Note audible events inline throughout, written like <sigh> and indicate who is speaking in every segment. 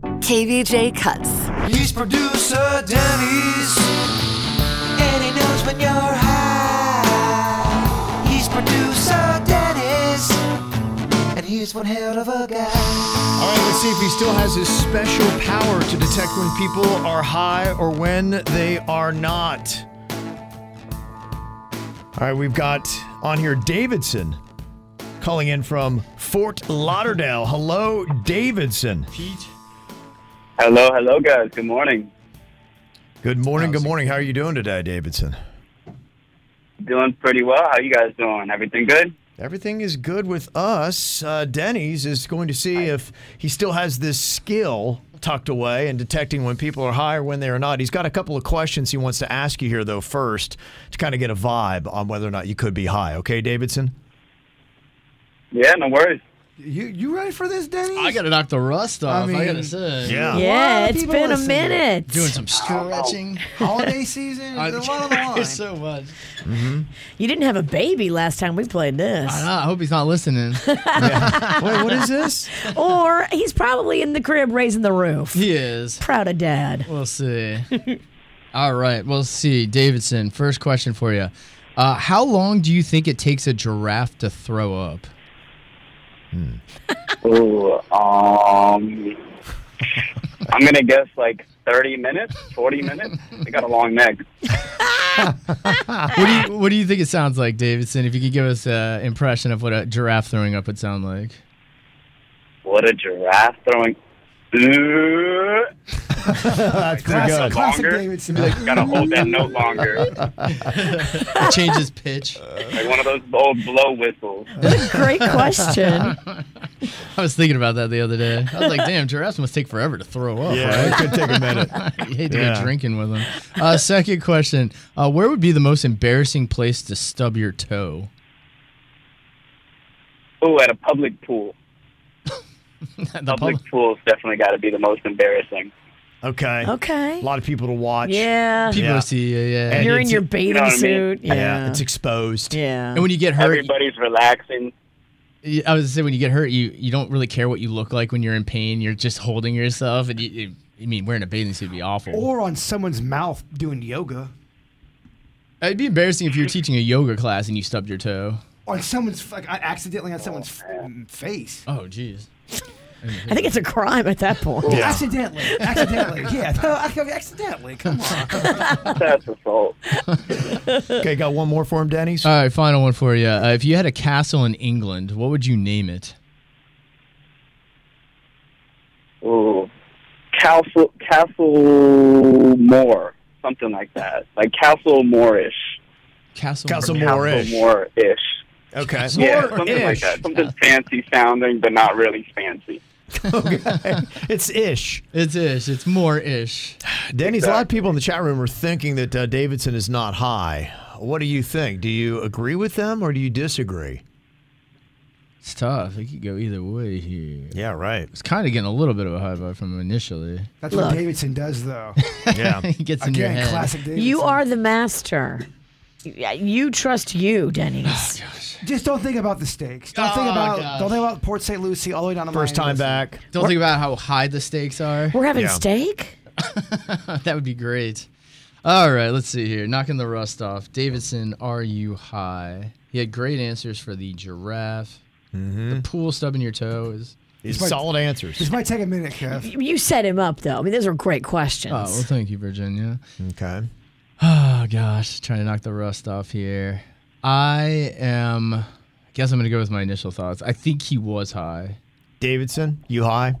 Speaker 1: KVJ Cuts.
Speaker 2: He's producer Denny's, and he knows when you're high. He's producer Denny's, and he's one hell of a guy.
Speaker 3: All right, let's see if he still has his special power to detect when people are high or when they are not. All right, we've got on here Davidson calling in from Fort Lauderdale. Hello, Davidson.
Speaker 4: Hello, hello, guys. Good morning.
Speaker 3: Good morning. Good morning. How are you doing today, Davidson?
Speaker 4: Doing pretty well. How you guys doing? Everything good?
Speaker 3: Everything is good with us. Uh, Denny's is going to see if he still has this skill tucked away and detecting when people are high or when they are not. He's got a couple of questions he wants to ask you here, though, first to kind of get a vibe on whether or not you could be high. Okay, Davidson?
Speaker 4: Yeah, no worries.
Speaker 5: You you ready for this, Denny?
Speaker 6: I gotta knock the rust off. I,
Speaker 5: mean,
Speaker 6: gotta say,
Speaker 1: Yeah,
Speaker 5: What?
Speaker 1: it's
Speaker 5: People
Speaker 1: been a
Speaker 5: listen to you.
Speaker 1: minute.
Speaker 6: doing some stretching.
Speaker 5: Holiday season,
Speaker 6: I-
Speaker 5: there's a lot on
Speaker 6: <laughs>
Speaker 5: the line.
Speaker 6: There's so much.
Speaker 1: You didn't have a baby last time we played this.
Speaker 6: Ah, I, know, I hope he's not listening.
Speaker 3: Wait, what is this?
Speaker 1: Or he's probably in the crib raising the roof.
Speaker 6: he is.
Speaker 1: Proud of dad.
Speaker 6: We'll see. All right, we'll see. Davidson, first question for you. Uh, how long do you think it takes a giraffe to throw up?
Speaker 4: Ooh, um, I'm gonna guess like 30 minutes, 40 minutes. They got a long neck.
Speaker 6: What do you What do you think it sounds like, Davidson? If you could give us an impression of what a giraffe throwing up would sound like.
Speaker 4: What a giraffe throwing. Ooh,
Speaker 3: That's pretty good.
Speaker 5: Classic
Speaker 4: Longer?
Speaker 5: Davidson. Be like,
Speaker 4: gotta hold that note longer,
Speaker 6: It changes pitch.
Speaker 4: like one of those old blow whistles.
Speaker 6: <laughs>
Speaker 1: Great question.
Speaker 6: I was thinking about that the other day. I was like, damn, giraffes must take forever to throw up. right?
Speaker 3: Yeah, it could take a
Speaker 6: <laughs>
Speaker 3: minute.
Speaker 6: you hate to
Speaker 3: Yeah.
Speaker 6: go drinking with them. Uh, second question: uh, Where would be the most embarrassing place to stub your toe? <laughs>
Speaker 4: Ooh, at a public pool.
Speaker 6: the
Speaker 4: Public
Speaker 6: public.
Speaker 4: pools definitely got to be the most embarrassing.
Speaker 3: Okay. A
Speaker 1: Okay.
Speaker 3: lot of people to watch.
Speaker 1: Yeah.
Speaker 6: People
Speaker 3: Yeah.
Speaker 6: see you, yeah.
Speaker 3: And
Speaker 6: And,
Speaker 1: You're in
Speaker 3: it's-
Speaker 1: your bathing
Speaker 4: know what I mean?
Speaker 1: suit.
Speaker 3: Yeah,
Speaker 1: Yeah.
Speaker 3: it's exposed.
Speaker 1: Yeah.
Speaker 6: when you get hurt,
Speaker 4: Everybody's relaxing.
Speaker 6: you- I was gonna say when you get hurt, you you don't really care what you look like when you're in pain. You're just holding yourself, and you, you, I mean, wearing a bathing suit would be awful.
Speaker 5: or on someone's mouth doing yoga.
Speaker 6: It'd be embarrassing if you were teaching a yoga class and you stubbed your toe.
Speaker 5: On someone's, like, I accidentally on someone's f- mm, face.
Speaker 6: Oh, jeez.
Speaker 1: I think it's a crime at that point.
Speaker 3: Yeah. <laughs>
Speaker 5: Accidentally. Accidentally. yeah. <laughs> No, I- accidentally. Come on.
Speaker 4: That's assault.
Speaker 3: Okay, got one more for him, Denny's.
Speaker 6: All right, final one for you. Uh, if you had a castle in England, what would you name it?
Speaker 4: Ooh, Castle Castle Moore, something like that, like Castle Moorish,
Speaker 6: Castle.
Speaker 3: Castle
Speaker 6: Moorish.
Speaker 3: Moorish.
Speaker 4: Castle Moore-ish.
Speaker 3: Okay.
Speaker 4: Yeah, something
Speaker 3: <laughs>
Speaker 4: like that. Something fancy sounding, but not really fancy.
Speaker 3: It's ish.
Speaker 6: It's ish. It's more ish.
Speaker 3: Denny's, a lot of people in the chat room are thinking that uh, Davidson is not high. What do you think? Do you agree with them or do you disagree?
Speaker 6: It's tough. It could go either way here.
Speaker 3: Yeah, right.
Speaker 6: It's kind of getting a little bit of a high vibe from him initially. <laughs>
Speaker 5: That's what Davidson does, though.
Speaker 3: <laughs> Yeah.
Speaker 6: he gets in your
Speaker 5: Again,
Speaker 6: head.
Speaker 5: classic Davidson.
Speaker 1: You are the master. Yeah, You trust you, Denny's.
Speaker 5: Just don't think about the stakes. Don't think
Speaker 6: Oh,
Speaker 5: about.
Speaker 6: gosh.
Speaker 5: Don't think about Port St. Lucie all the way down to
Speaker 3: First
Speaker 5: Miami.
Speaker 3: time back.
Speaker 6: Don't think about how high the stakes are. <laughs>
Speaker 1: We're having
Speaker 3: Yeah.
Speaker 1: steak?
Speaker 6: that would be great. All right, let's see here. Knocking the rust off. Davidson, are you high? He had great answers for the giraffe. The pool stubbing your toe is.
Speaker 3: These solid answers.
Speaker 5: This might take a minute, Kev.
Speaker 1: You you set him up, though. I mean, those are great questions.
Speaker 6: Oh, well, thank you, Virginia.
Speaker 3: Okay.
Speaker 6: Oh, gosh. Trying to knock the rust off here. I am. I guess I'm going to go with my initial thoughts. I think he was high.
Speaker 3: Davidson, you high?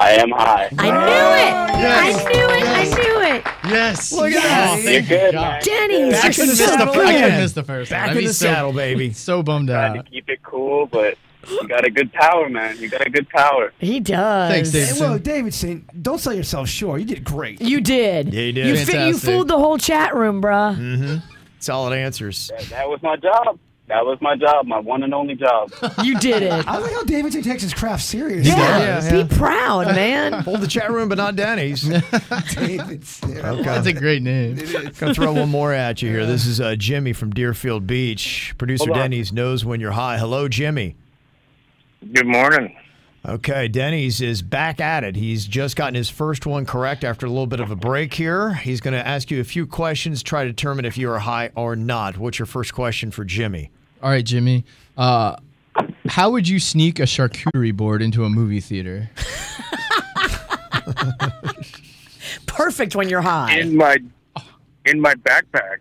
Speaker 4: I am high.
Speaker 1: I knew it. I knew it. I knew it.
Speaker 6: Yes. Look at
Speaker 3: Yes.
Speaker 4: You're good, man.
Speaker 1: Denny's.
Speaker 3: Back
Speaker 1: you're
Speaker 3: in the
Speaker 1: so
Speaker 3: saddle
Speaker 6: I
Speaker 1: good.
Speaker 6: couldn't
Speaker 3: again.
Speaker 6: miss the first one.
Speaker 3: Back
Speaker 6: I'd
Speaker 3: in
Speaker 6: be
Speaker 3: the
Speaker 6: so-
Speaker 3: saddle, baby.
Speaker 6: So bummed
Speaker 4: Trying
Speaker 6: out.
Speaker 4: to keep it cool, but You got a good power, man. You got a good power.
Speaker 1: He does.
Speaker 6: Thanks, Dave.
Speaker 5: Hey, whoa, Davidson, don't sell yourself short. You did great.
Speaker 1: You did.
Speaker 3: Yeah, you did. Mm.
Speaker 1: You, you
Speaker 6: Fantastic.
Speaker 1: fooled the whole chat room, bruh.
Speaker 3: Solid answers.
Speaker 4: That, that was my job. That was my job, my one and only job.
Speaker 1: You did it.
Speaker 5: I like how Davidson takes his craft serious.
Speaker 1: Yeah,
Speaker 3: <laughs> Yeah, yeah.
Speaker 1: Be proud,
Speaker 3: <laughs>
Speaker 1: man.
Speaker 3: Hold the chat room, but not Denny's.
Speaker 5: <laughs> Davidson.
Speaker 6: That's a great name.
Speaker 3: Gonna throw one more at you here. This is uh, Jimmy from Deerfield Beach. Producer
Speaker 4: Hold on.
Speaker 3: Denny's knows when you're high. Hello, Jimmy.
Speaker 4: <laughs> Good morning.
Speaker 3: Okay, Denny's is back at it. He's just gotten his first one correct after a little bit of a break here. He's going to ask you a few questions, try to determine if you are high or not. What's your first question for Jimmy?
Speaker 6: All right, Jimmy. Uh, how would you sneak a charcuterie board into a movie theater?
Speaker 1: Perfect when you're high.
Speaker 4: In my in my backpack.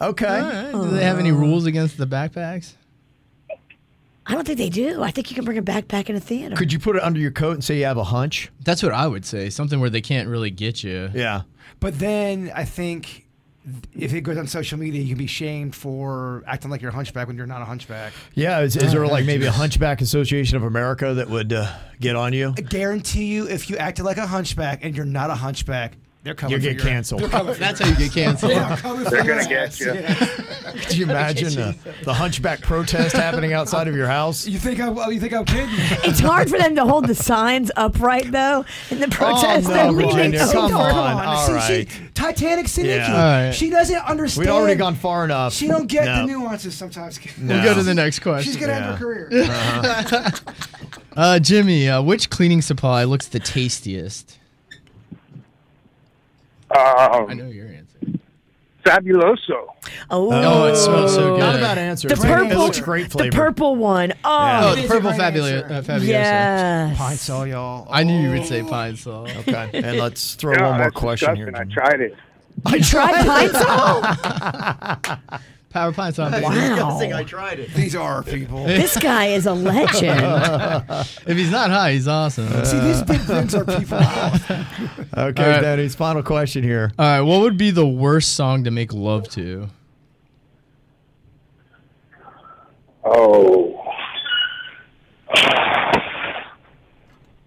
Speaker 3: Okay.
Speaker 6: Do they have any rules against the backpacks?
Speaker 1: I don't think they do. I think you can bring a backpack in a theater.
Speaker 3: Could you put it under your coat and say you have a hunch?
Speaker 6: That's what I would say. Something where they can't really get you.
Speaker 3: Yeah.
Speaker 5: But then I think if it goes on social media, you can be shamed for acting like you're a hunchback when you're not a hunchback.
Speaker 3: Yeah. Is, is there like maybe a Hunchback Association of America that would uh, get on you?
Speaker 5: I guarantee you, if you acted like a hunchback and you're not a hunchback, they're coming.
Speaker 3: You
Speaker 5: for
Speaker 3: get
Speaker 5: your-
Speaker 3: canceled.
Speaker 5: They're coming for
Speaker 6: That's
Speaker 5: your-
Speaker 6: how you get canceled.
Speaker 5: They're coming for
Speaker 4: They're
Speaker 5: your
Speaker 4: gonna
Speaker 5: ass.
Speaker 4: get you. <laughs>
Speaker 5: Yeah.
Speaker 3: Could you imagine uh, the Hunchback protest happening outside of your house?
Speaker 5: You think I'm? oh, You think I'm <laughs> kidding?
Speaker 1: It's hard for them to hold the signs upright though in the protest.
Speaker 3: Oh, no,
Speaker 1: They're leaving
Speaker 3: Virginia,
Speaker 1: open.
Speaker 3: come
Speaker 5: No,
Speaker 3: on. all
Speaker 5: See,
Speaker 3: right.
Speaker 5: she, Titanic Synergy.
Speaker 3: Yeah.
Speaker 6: All right.
Speaker 5: She doesn't understand.
Speaker 3: We'd already gone far enough.
Speaker 5: She don't get
Speaker 3: No.
Speaker 5: the nuances sometimes.
Speaker 6: We'll go to the next question.
Speaker 5: <laughs> She's gonna end
Speaker 3: Yeah.
Speaker 5: her career.
Speaker 6: Uh, Jimmy, uh, which cleaning supply looks the tastiest? I
Speaker 4: Um,
Speaker 6: know your answer.
Speaker 4: fabuloso.
Speaker 1: Oh,
Speaker 6: Oh, it smells so good.
Speaker 3: Not a bad answer.
Speaker 1: The
Speaker 3: It's great.
Speaker 1: purple-
Speaker 3: It looks great
Speaker 1: the
Speaker 3: flavor.
Speaker 1: purple one.
Speaker 6: Oh,
Speaker 1: Oh,
Speaker 5: It
Speaker 6: the
Speaker 5: is
Speaker 6: purple
Speaker 5: the right
Speaker 6: fabulous.
Speaker 5: answer.
Speaker 6: Uh, Fabiosa.
Speaker 1: yes.
Speaker 5: Pine saw y'all.
Speaker 6: I knew you would say pine sol.
Speaker 3: Okay. And let's throw
Speaker 4: Yeah,
Speaker 3: one more
Speaker 4: that's
Speaker 3: question here.
Speaker 4: disgusting.
Speaker 3: Jimmy.
Speaker 4: I tried it.
Speaker 1: You tried
Speaker 3: <laughs>
Speaker 1: pine sol?
Speaker 6: Power pine sol. baby.
Speaker 1: Wow.
Speaker 3: tried it.
Speaker 5: These are people.
Speaker 1: This guy is a legend.
Speaker 3: <laughs>
Speaker 6: If he's not high, he's awesome.
Speaker 5: <laughs> See, these big friends are people.
Speaker 6: <laughs>
Speaker 3: Okay,
Speaker 6: All right.
Speaker 3: Denny's final question here.
Speaker 6: All right, what would be the worst song to make love to?
Speaker 4: Oh. <sighs>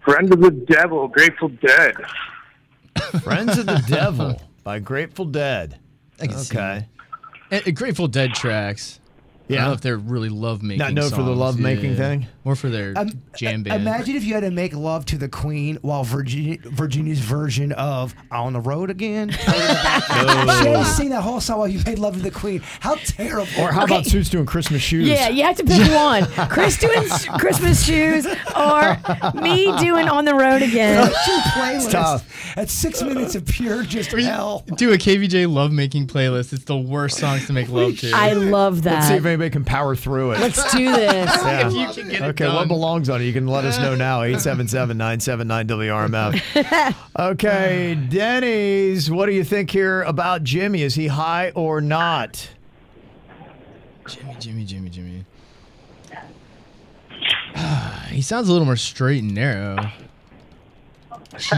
Speaker 4: Friend of the Devil, Grateful Dead.
Speaker 3: Friends of the Devil by Grateful Dead.
Speaker 6: I can see
Speaker 3: Okay.
Speaker 6: And- and Eh, Grateful Dead tracks. I don't know
Speaker 3: Yeah.
Speaker 6: if they're really love making.
Speaker 3: Not known for the love-making thing?
Speaker 6: more for their
Speaker 5: Um,
Speaker 6: jam band.
Speaker 5: Imagine if you had to make love to the queen while Virginia, Virginia's version of "On the Road
Speaker 6: <laughs>
Speaker 5: Again." she had to sing that whole song while you made love to the queen. How terrible! <laughs>
Speaker 3: Or how about Suits doing Christmas shoes?
Speaker 1: Yeah, you have to pick one. Chris doing s- Christmas shoes or me doing on the road again.
Speaker 5: two playlists
Speaker 3: tough.
Speaker 5: at six minutes of pure just hell.
Speaker 6: Do a KVJ love making playlist. It's the worst songs to make love to.
Speaker 1: I love
Speaker 3: Let's see if
Speaker 1: <laughs> that.
Speaker 3: anybody can power through it.
Speaker 1: Let's do this.
Speaker 3: Yeah.
Speaker 6: If you can get it
Speaker 3: okay, what
Speaker 6: done.
Speaker 3: belongs on it? You can let us know now. 877-979-WRMF. okay, Denny's, what do you think here about Jimmy? Is he high or not?
Speaker 6: Jimmy, Jimmy, Jimmy, Jimmy. <sighs> he sounds a little more straight and narrow.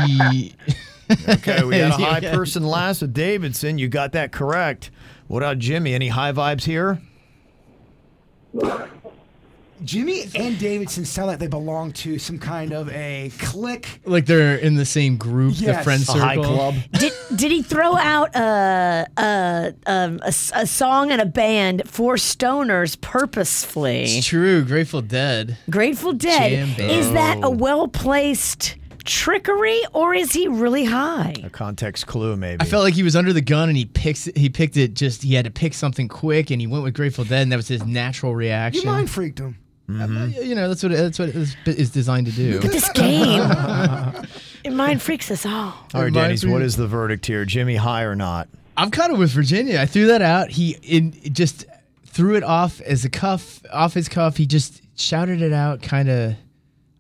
Speaker 6: He,
Speaker 3: <laughs> Okay, we had a high
Speaker 6: <laughs> Yeah.
Speaker 3: person last with Davidson. You got that correct. What about Jimmy? Any high vibes here?
Speaker 5: Jimmy and Davidson sound like they belong to some kind of a clique.
Speaker 6: like they're in the same group, the
Speaker 5: Yes.
Speaker 6: friend
Speaker 3: A
Speaker 6: circle.
Speaker 3: high club?
Speaker 1: Did, did he throw out a, a, um, a s- a song and a band for stoners purposefully?
Speaker 6: It's true. Grateful Dead.
Speaker 1: Grateful Dead.
Speaker 6: Jam band.
Speaker 1: Is that
Speaker 6: Oh.
Speaker 1: a well placed trickery or is he really high?
Speaker 3: A context clue, maybe.
Speaker 6: I felt like he was under the gun and he picks he picked it just he had to pick something quick and he went with Grateful Dead and that was his natural
Speaker 5: You
Speaker 6: reaction.
Speaker 5: mind freaked him.
Speaker 6: You know that's what that's what this bit is designed to do.
Speaker 1: But this game, it mind freaks us all.
Speaker 3: All right,
Speaker 6: It might
Speaker 3: Denny's,
Speaker 6: be-
Speaker 3: what is the verdict here? Jimmy high or not?
Speaker 6: I'm kind of with Virginia. I threw that out. He in it just threw it off as a cuff off his cuff. He just shouted it out. Kind of.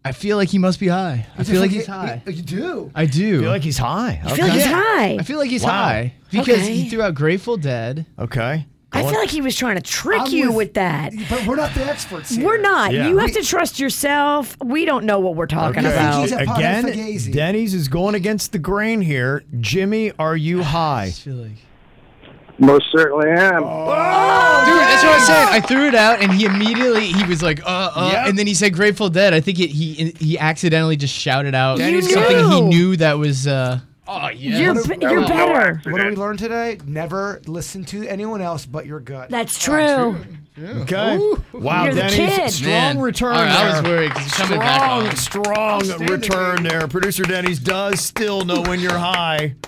Speaker 6: I feel like he must be high. I feel like he's high.
Speaker 5: You, you do.
Speaker 6: I do.
Speaker 3: I feel like he's high.
Speaker 1: I feel
Speaker 3: Okay.
Speaker 1: like he's high.
Speaker 6: I feel like he's
Speaker 3: Wow.
Speaker 6: high because
Speaker 1: Okay.
Speaker 6: he threw out Grateful Dead.
Speaker 3: Okay.
Speaker 1: I
Speaker 3: Going-
Speaker 1: feel like he was trying to trick
Speaker 5: I'm
Speaker 1: you with, that.
Speaker 5: But we're not the experts here.
Speaker 1: We're not.
Speaker 3: Yeah.
Speaker 1: You have to trust yourself. We don't know what we're talking
Speaker 5: Okay.
Speaker 1: about.
Speaker 5: He's a
Speaker 3: Again,
Speaker 5: Panathinaise.
Speaker 3: Denny's is going against the grain here. Jimmy, are you high?
Speaker 6: I feel like
Speaker 4: Most certainly am.
Speaker 3: Oh.
Speaker 6: Dude, that's what I said. I threw it out, and he immediately he was like, "Uh, uh,"
Speaker 3: Yep.
Speaker 6: and then he said "Grateful Dead." I think it, he he accidentally just shouted out
Speaker 3: Daddy's
Speaker 6: something he
Speaker 1: knew.
Speaker 6: knew that was. uh Oh yeah.
Speaker 1: You're, be- you're
Speaker 4: was no
Speaker 1: better.
Speaker 4: accident.
Speaker 5: What do we learn today? Never listen to anyone else but your gut.
Speaker 1: That's true.
Speaker 3: Okay. Wow,
Speaker 1: You're the
Speaker 3: Denny's
Speaker 1: kid.
Speaker 3: strong
Speaker 6: Man.
Speaker 3: return
Speaker 6: All right,
Speaker 3: there.
Speaker 6: I was worried 'cause he's coming back
Speaker 3: strong,
Speaker 6: on.
Speaker 3: strong return there. Producer Denny's does still know when you're high.